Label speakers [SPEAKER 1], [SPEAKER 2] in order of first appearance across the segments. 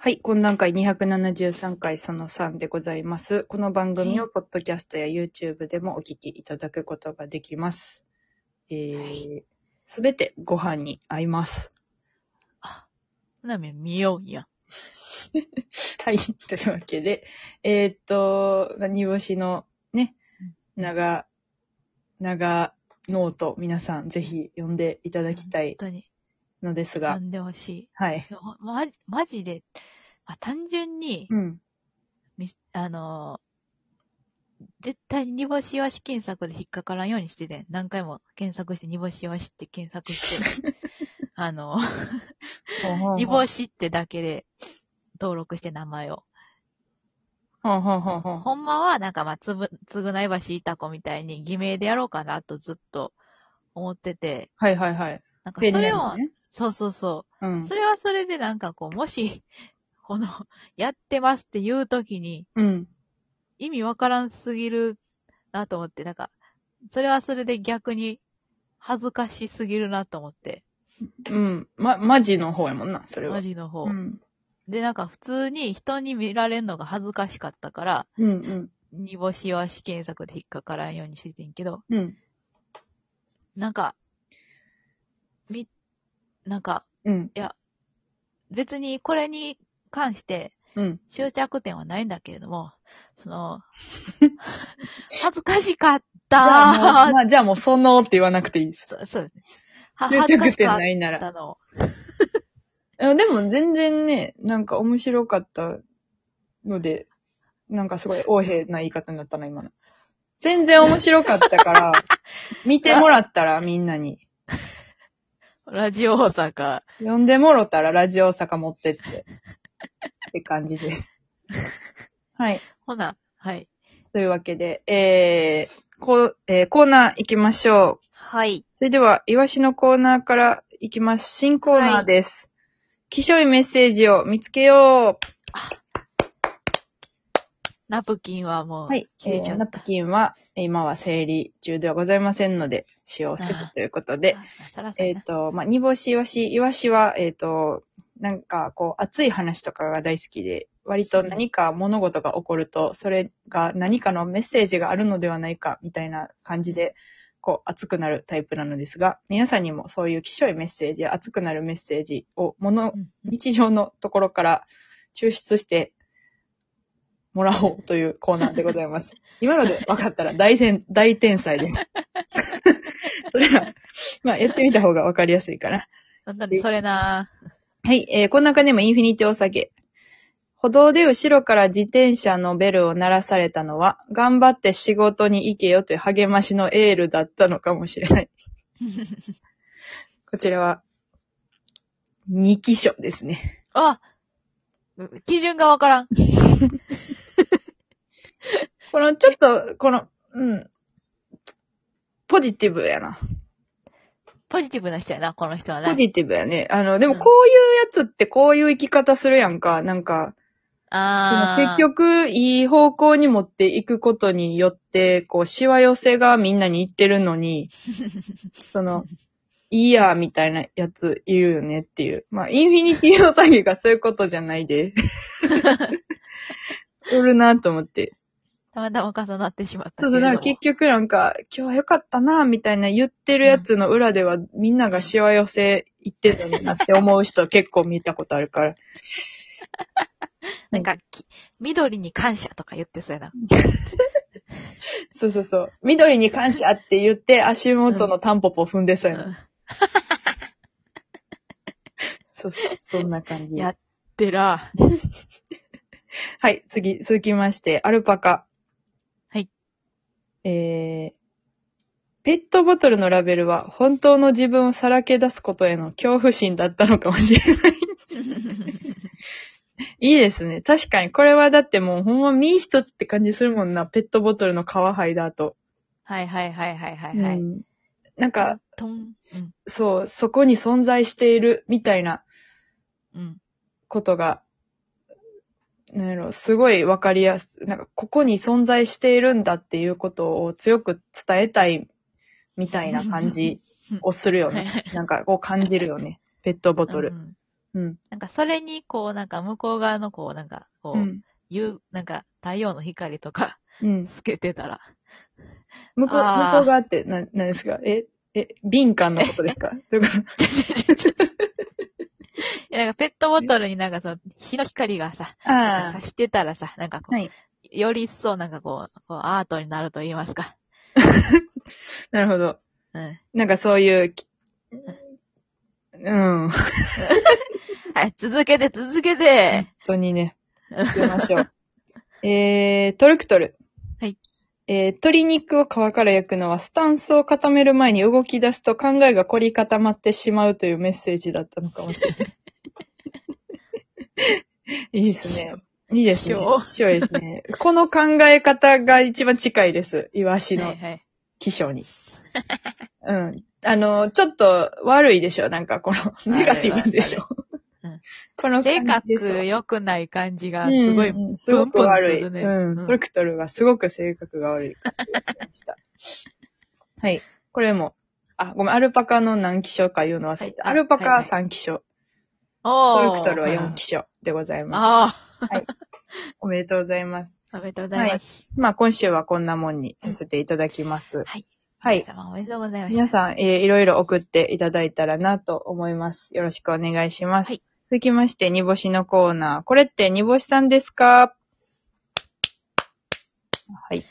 [SPEAKER 1] はい。懇談会273回その3でございます。この番組をポッドキャストや YouTube でもお聞きいただくことができます。え
[SPEAKER 2] は
[SPEAKER 1] ー、すべてご飯に合います。
[SPEAKER 2] なめ見ようや。
[SPEAKER 1] はい。というわけで、えーっと、何干しのね、長、長ノート、皆さんぜひ読んでいただきたい
[SPEAKER 2] 本当に。
[SPEAKER 1] のです
[SPEAKER 2] 読
[SPEAKER 1] が、
[SPEAKER 2] んでほし
[SPEAKER 1] はい
[SPEAKER 2] い。。ほま、マジで、まあ、単純に
[SPEAKER 1] う、ん。
[SPEAKER 2] みあのー絶対に煮干し和紙検索で引っかからんようにしてて、何回も検索して煮干し和紙って検 索して、あのー、煮干しってだけで登録して名前を。
[SPEAKER 1] ほんほんほんほん。
[SPEAKER 2] ほんまは、なんかまあ、つぶ、つぐない橋いた子みたいに偽名でやろうかなとずっと思ってて、
[SPEAKER 1] はいはいはい。
[SPEAKER 2] なんか
[SPEAKER 1] ペン
[SPEAKER 2] そ
[SPEAKER 1] ネ
[SPEAKER 2] れ
[SPEAKER 1] ーム
[SPEAKER 2] を、
[SPEAKER 1] ね
[SPEAKER 2] そうそうそう。
[SPEAKER 1] うん
[SPEAKER 2] そ。れはそれでなんかこう、もし、 この、やってますっていう時に、
[SPEAKER 1] うん。
[SPEAKER 2] 意味わからんすぎるなと思って、なんか、それはそれで逆に、恥ずかしすぎるなと思って、
[SPEAKER 1] うん。ま、マジの方やもんな、それは。
[SPEAKER 2] マジの方。
[SPEAKER 1] うん。
[SPEAKER 2] で、なんか普通に人に見られるのが恥ずかしかったから、
[SPEAKER 1] うんうん。
[SPEAKER 2] 煮干しは試検索で引っかからんようにしててんけど、
[SPEAKER 1] うん。
[SPEAKER 2] なんか、み、なんか、
[SPEAKER 1] うん。
[SPEAKER 2] 別にこれに関して、
[SPEAKER 1] うん。
[SPEAKER 2] 終着点はないんだけれども、その、恥ずかしかった
[SPEAKER 1] まあ、じゃあもう、そのって言わなくていいです。
[SPEAKER 2] そうそうですね。は
[SPEAKER 1] 執
[SPEAKER 2] 恥ずか
[SPEAKER 1] 着
[SPEAKER 2] しか
[SPEAKER 1] 点
[SPEAKER 2] っ
[SPEAKER 1] ないなら。
[SPEAKER 2] たの。
[SPEAKER 1] えでも、全然ね、なんか面白かったので、なんかすごい横柄な言い方になったな、今の。全然面白かった から、見てもらったら、みんなに。
[SPEAKER 2] ラジオ大阪。
[SPEAKER 1] 呼んでもろたら、ラジオ大阪持ってって。って感じ です。はい。
[SPEAKER 2] ほな、はい。
[SPEAKER 1] というわけで、えー、こう、えーコーナー行きましょう。
[SPEAKER 2] はい。
[SPEAKER 1] それでは、イワシのコーナーからいきます。新コーナーです。気象いメッセージを見つけよう。
[SPEAKER 2] ナプキンはもう、
[SPEAKER 1] はい。
[SPEAKER 2] 消えち
[SPEAKER 1] え
[SPEAKER 2] ゃ
[SPEAKER 1] ー
[SPEAKER 2] っ
[SPEAKER 1] ナプキンは、えー今は生理中ではございませんので、使用せずということ
[SPEAKER 2] た。
[SPEAKER 1] で。
[SPEAKER 2] あそらそう
[SPEAKER 1] えっ、
[SPEAKER 2] やな。
[SPEAKER 1] と、まあ、煮干し、イワシ、イワシは、えっ、と、なんか、こう、熱い話とかが大好きで、割と何か物事が起こると、それが何かのメッセージがあるのではないか、みたいな感じで、こう、熱くなるタイプなのですが、皆さんにもそういう気象いメッセージや熱くなるメッセージを、もの、
[SPEAKER 2] うん
[SPEAKER 1] 日常のところから抽出してもらおうというコーナーでございます。 今ので分かったら大天、 大天才です。 それは、 まあやってみた方が分かりやすいかな。
[SPEAKER 2] ほんとにそれな
[SPEAKER 1] はい、えー、こんなネームインフィニティお酒。歩道で後ろから自転車のベルを鳴らされたのは、頑張って仕事に行けよという励ましのエールだったのかもしれない。 こちらは、二期書ですね。
[SPEAKER 2] あ基準がわからん。
[SPEAKER 1] この、ちょっと、この、うん。ポジティブやな。
[SPEAKER 2] ポジティブな人やな、この人はな。
[SPEAKER 1] ポジティブやね。あの、でも
[SPEAKER 2] うん
[SPEAKER 1] こういうやつってこういう生き方するやんか。なんか、でも
[SPEAKER 2] あー。
[SPEAKER 1] 結局、いい方向に持っていくことによって、こう、しわ寄せがみんなに行ってるの に、その、いいや、みたいなやついるよねっていう。まあ、インフィニティの詐欺がそういうことじゃない で。おるなと思って。
[SPEAKER 2] たまたま重なってしまったけ
[SPEAKER 1] そうそ
[SPEAKER 2] れど
[SPEAKER 1] う、
[SPEAKER 2] も。
[SPEAKER 1] なんか結局なんか、今日は良かったな、みたいな言ってるやつの裏では、みんながしわ寄せ行ってたんだなって思う人結構見たことある から。
[SPEAKER 2] なんか、き緑に感謝とか言ってそうやな。
[SPEAKER 1] そうそうそう。緑に感謝って言って、足元のタンポポ踏んでそうやな。
[SPEAKER 2] うん
[SPEAKER 1] そうそう、 そんな感じ。
[SPEAKER 2] やってら。
[SPEAKER 1] はい、次、続きまして、アルパカ。
[SPEAKER 2] はい。
[SPEAKER 1] えー、ペットボトルのラベルは本当の自分をさらけ出すことへの恐怖心だったのかもしれない。いいですね。確かに、これはだってもうほんま身一つって感じするもんな。ペットボトルの皮剥いだ後。
[SPEAKER 2] はいはいはいはいはいはい。
[SPEAKER 1] うんなんか、
[SPEAKER 2] トン、うん、
[SPEAKER 1] そう、そこに存在しているみたいな
[SPEAKER 2] うん。
[SPEAKER 1] ことが、なんやろ、すごいわかりやす、なんか、ここに存在しているんだっていうことを強く伝えたいみたいな感じをするよね。なんか、こう感じるよね。ペットボトル。
[SPEAKER 2] うん
[SPEAKER 1] うん。
[SPEAKER 2] なんかそれに、こう、なんか向こう側の、こう、なんか、こ
[SPEAKER 1] う
[SPEAKER 2] う、
[SPEAKER 1] ん。
[SPEAKER 2] 夕なんか太陽の光とか
[SPEAKER 1] うん。
[SPEAKER 2] つけてたら、
[SPEAKER 1] 向こう、向こう
[SPEAKER 2] あー
[SPEAKER 1] 側って、な、何ですかえ、え、敏感のことですか どういうこと
[SPEAKER 2] ちょちょちょちょちょいやなんかペットボトルになんかその、日の光がさ、なんか
[SPEAKER 1] あ
[SPEAKER 2] さしてたらさ、なんかこう、
[SPEAKER 1] はい
[SPEAKER 2] より一層なんかこう、こうアートになると言いますか。
[SPEAKER 1] あ、なるほど。
[SPEAKER 2] うん。は
[SPEAKER 1] なんかそういうき、うん。本
[SPEAKER 2] い、続けて続けて。
[SPEAKER 1] 当にね。行きましょう。えー、トルクトル。
[SPEAKER 2] はい。
[SPEAKER 1] えー、鶏肉を皮から焼くのは、スタンスを固める前に動き出すと考えが凝り固まってしまうというメッセージだったのかもしれない。いいですね。いいですね。
[SPEAKER 2] 希少
[SPEAKER 1] 希少ですね。この考え方が一番近いです。イワシ
[SPEAKER 2] は
[SPEAKER 1] の
[SPEAKER 2] いはい。
[SPEAKER 1] 気象に。うん。あの、ちょっと悪いでしょ。なんかこの、ネガティブでしょ。
[SPEAKER 2] うん
[SPEAKER 1] この
[SPEAKER 2] 性
[SPEAKER 1] 感じでしょ
[SPEAKER 2] 格良くない感じがすごい、
[SPEAKER 1] うんうんすごく悪い。
[SPEAKER 2] プンプンするね
[SPEAKER 1] う
[SPEAKER 2] うん
[SPEAKER 1] ん。トルクトルはすごく性格が悪い感じがしました。はい。これも、あ、ごめん、アルパカの何気象か言うの忘れた。
[SPEAKER 2] はいあ
[SPEAKER 1] アルパカ
[SPEAKER 2] はい
[SPEAKER 1] は
[SPEAKER 2] はい
[SPEAKER 1] 3気象、
[SPEAKER 2] おー
[SPEAKER 1] トルクトルは4気象でございます。
[SPEAKER 2] あ
[SPEAKER 1] おめでとうございます。
[SPEAKER 2] あ、おめでとうございます。
[SPEAKER 1] まあ、今週はこんなもんにさせていただきます。
[SPEAKER 2] はい。
[SPEAKER 1] はい。
[SPEAKER 2] 皆様おめでとうございました。
[SPEAKER 1] 皆さん、えーいろいろ送っていただいたらなと思います。よろしくお願いします。
[SPEAKER 2] はい
[SPEAKER 1] 続きまして、煮干しのコーナー。これって煮干しさんですかはい。
[SPEAKER 2] はい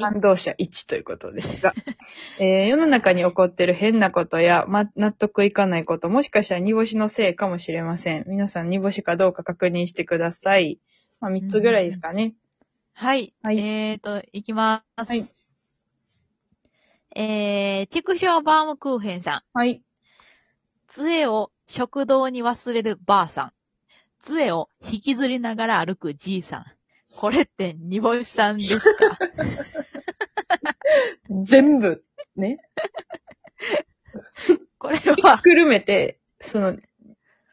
[SPEAKER 1] 賛同者1ということですが、 えー世の中に起こってる変なことや、ま、納得いかないこと、もしかしたら煮干しのせいかもしれません。皆さん煮干しかどうか確認してください。まあ、3つぐらいですかね。
[SPEAKER 2] はい。
[SPEAKER 1] はい
[SPEAKER 2] えーと、いきます。
[SPEAKER 1] はい
[SPEAKER 2] えー、畜生バームクーヘンさん。
[SPEAKER 1] はい。
[SPEAKER 2] 杖を食堂に忘れるばあさん。杖を引きずりながら歩くじいさん。これって、煮干しさんです か
[SPEAKER 1] 全部、ね。
[SPEAKER 2] これ
[SPEAKER 1] ひっ
[SPEAKER 2] は、
[SPEAKER 1] くるめて、その、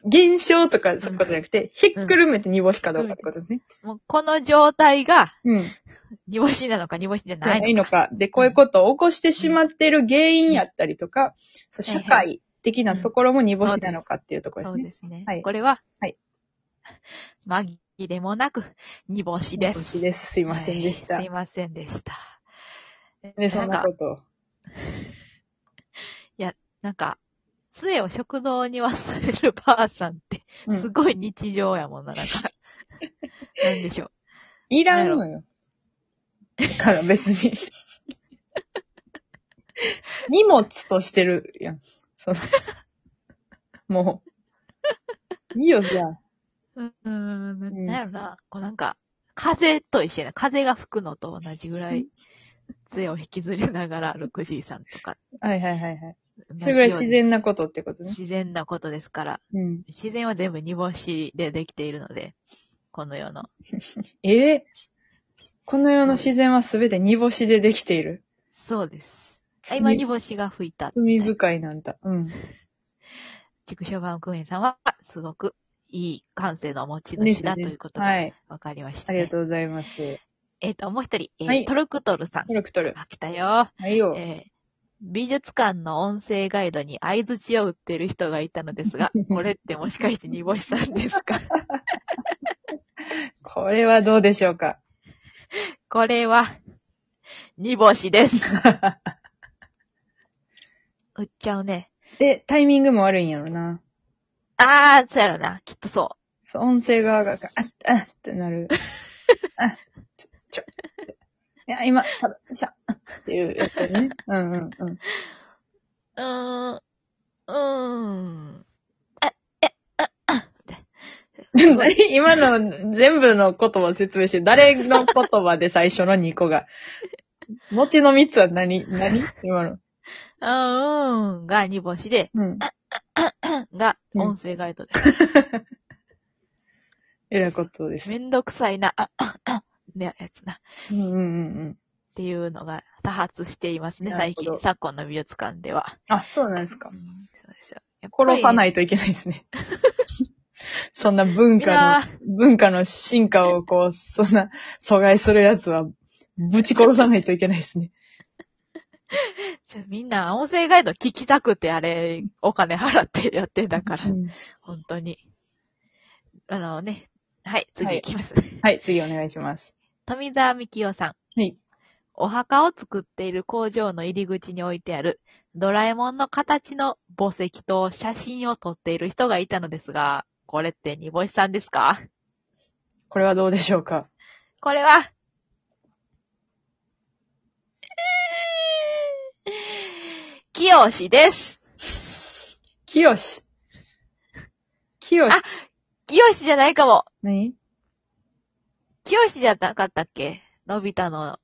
[SPEAKER 1] 現象とかそういうことじゃなくて、ひっくるめて煮干しかどうかってことですね。
[SPEAKER 2] もうこの状態が、
[SPEAKER 1] うん。
[SPEAKER 2] 煮干しなのか煮干しじゃな
[SPEAKER 1] ないい
[SPEAKER 2] の
[SPEAKER 1] の
[SPEAKER 2] か。
[SPEAKER 1] か。で、こういうことを起こしてしまっている原因やったりとか、そう
[SPEAKER 2] はいは
[SPEAKER 1] 社
[SPEAKER 2] い
[SPEAKER 1] 会的なところも煮干しなのかっていうところで
[SPEAKER 2] そ
[SPEAKER 1] す
[SPEAKER 2] う
[SPEAKER 1] ね。
[SPEAKER 2] ですね。
[SPEAKER 1] はい
[SPEAKER 2] これは、
[SPEAKER 1] はい
[SPEAKER 2] 紛れもなく、煮干し
[SPEAKER 1] 煮
[SPEAKER 2] で
[SPEAKER 1] 干
[SPEAKER 2] す。
[SPEAKER 1] しです。すいませんでした。
[SPEAKER 2] はいすいませんでした。
[SPEAKER 1] で、そんな
[SPEAKER 2] なんか
[SPEAKER 1] ことを。
[SPEAKER 2] なんか、杖を食堂に忘れるばあさんって、
[SPEAKER 1] うん
[SPEAKER 2] すごい日常やもんな、なんか。 なんでしょう。
[SPEAKER 1] いらんのよ。だから別 に。荷物としてるやん。その、も う。いいよ、じゃあ。
[SPEAKER 2] うーん、なんなんやろな、こうなんか、風と一緒やな。風が吹くのと同じぐらい、杖を引きずりながら歩くじいさんとか。
[SPEAKER 1] はいはいはいはい。 それぐらい自然なことってことね。
[SPEAKER 2] 自然なことですから。
[SPEAKER 1] うん。
[SPEAKER 2] 自然は全部煮干しでできているので、この世の。
[SPEAKER 1] ええこの世の自然はすべて煮干しでできている。
[SPEAKER 2] そうです。あ
[SPEAKER 1] 罪
[SPEAKER 2] 今煮干しが吹いた。
[SPEAKER 1] 罪深いなんだ。うん。
[SPEAKER 2] 畜生版クエンさんは、すごくいい感性の持ち
[SPEAKER 1] で
[SPEAKER 2] 主
[SPEAKER 1] す
[SPEAKER 2] だ
[SPEAKER 1] ね
[SPEAKER 2] ということ
[SPEAKER 1] は
[SPEAKER 2] が
[SPEAKER 1] い。
[SPEAKER 2] 分かりました、
[SPEAKER 1] あ
[SPEAKER 2] ね
[SPEAKER 1] りがとうございます。
[SPEAKER 2] えっ、と、もう一人、えー
[SPEAKER 1] はい
[SPEAKER 2] トルクトルさん。
[SPEAKER 1] トルクトル。
[SPEAKER 2] あ、来たよ。
[SPEAKER 1] はいよ。
[SPEAKER 2] えー美術館の音声ガイドに相槌を打ってる人がいたので すが、これってもしかして煮干しさんですか
[SPEAKER 1] これはどうでしょうか。
[SPEAKER 2] これは、煮干しです。 売っちゃうね。
[SPEAKER 1] で、タイミングも悪いんやろな。
[SPEAKER 2] あー、そうやろな。きっとそう。
[SPEAKER 1] そう、音声側が、あっ、あっってな る。あ、ちょ、ちょ。いや、今、ただ、しゃ、っていうやつね。うんうんうん。
[SPEAKER 2] うーん。うーん。あ、え、あ、あ、
[SPEAKER 1] でも何 今の全部の言葉を説明して、誰の言葉で最初の2個 が。餅の3つは何何今の。
[SPEAKER 2] うーん。が煮干しで、
[SPEAKER 1] うん。
[SPEAKER 2] が
[SPEAKER 1] うん
[SPEAKER 2] 音声ガイドです。
[SPEAKER 1] えらいことです。
[SPEAKER 2] めんどくさいな、あ、あ、あ、ね、やつな。っ
[SPEAKER 1] うんうんうんうん。
[SPEAKER 2] ていうのが多発していますね、
[SPEAKER 1] なる
[SPEAKER 2] 最
[SPEAKER 1] ほど
[SPEAKER 2] 近。昨今の美術館では。
[SPEAKER 1] あ、そうなんです
[SPEAKER 2] う
[SPEAKER 1] か。
[SPEAKER 2] ん、そうですよ。。
[SPEAKER 1] 殺さないいといけないです ね。そんな文化の、文化の進化をこう、そんな阻害するやつは、ぶち殺さないといけないですね。
[SPEAKER 2] ちょみんな音声ガイド聞きたくて、あれ、お金払ってやってんだから
[SPEAKER 1] う。ん
[SPEAKER 2] 本当に。あのね、はい、次いきます。
[SPEAKER 1] はい、次お願いします。
[SPEAKER 2] 富澤美樹夫さん。
[SPEAKER 1] はい。
[SPEAKER 2] お墓を作っている工場の入り口に置いてある、ドラえもんの形の墓石と写真を撮っている人がいたのですが、これって煮干しさんですか
[SPEAKER 1] これはどうでしょうか
[SPEAKER 2] これは、きよしです。
[SPEAKER 1] きよし。きよし
[SPEAKER 2] あ。きよしじゃないかも。
[SPEAKER 1] 何
[SPEAKER 2] きよしじゃなかったっけのび太の、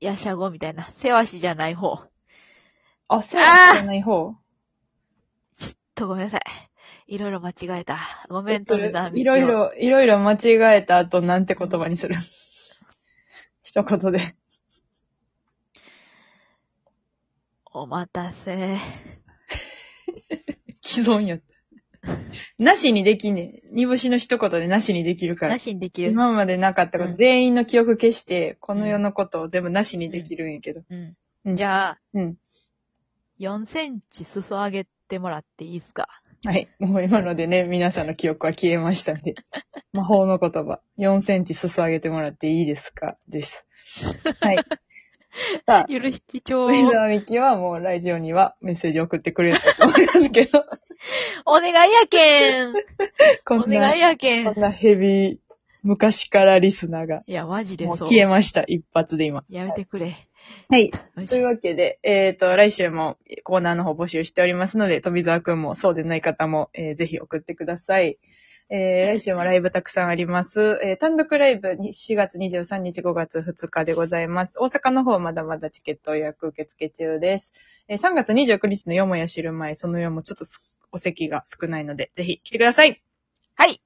[SPEAKER 2] やしゃごみたいな。せわしじゃない方。
[SPEAKER 1] あ、せやじゃない方
[SPEAKER 2] ちょっとごめんなさい。いろいろ間違えた。ごめん、
[SPEAKER 1] そ
[SPEAKER 2] 富
[SPEAKER 1] れ
[SPEAKER 2] 澤美樹
[SPEAKER 1] いろいろ、いろいろ間違えた後、なんて言葉にする一言で。
[SPEAKER 2] お待たせ。
[SPEAKER 1] 既存やった。なしにできねえ。煮干しの一言でなしにできるから
[SPEAKER 2] な。しにできる。
[SPEAKER 1] 今までなかったこと、
[SPEAKER 2] うん
[SPEAKER 1] 全員の記憶消して、この世のことを全部なしにできるんやけど。
[SPEAKER 2] うん。
[SPEAKER 1] うん
[SPEAKER 2] じゃあ、
[SPEAKER 1] うん。
[SPEAKER 2] 4センチ裾上げてもらっていいですか
[SPEAKER 1] はい。もう今のでね、皆さんの記憶は消えましたん で。魔法の言葉。4センチ裾上げてもらっていいですかです。 はい。さあ、
[SPEAKER 2] 許してちょう。
[SPEAKER 1] 梅沢美樹はもうラジオにはメッセージ送ってくれると思いますけど、
[SPEAKER 2] お願いやけ ん
[SPEAKER 1] こ
[SPEAKER 2] お
[SPEAKER 1] んな
[SPEAKER 2] 願い、やけ
[SPEAKER 1] こ
[SPEAKER 2] ん
[SPEAKER 1] んなヘビー、昔からリスナーが、
[SPEAKER 2] いや、マジで
[SPEAKER 1] もう
[SPEAKER 2] そう。
[SPEAKER 1] 消えました。一発で今。
[SPEAKER 2] やめてくれ。
[SPEAKER 1] はい。
[SPEAKER 2] マジ
[SPEAKER 1] というわけで、えっ、と、来週もコーナーの方募集しておりますので、富澤くんもそうでない方も、えーぜひ送ってください。えー来週もライブたくさんあります。えー単独ライブに4月23日5月2日でございます。大阪の方まだまだチケット予約受付中です。えー3月29日のよもや知る前、その夜もちょっとすお席が少ないので、ぜひ来てください。
[SPEAKER 2] はい。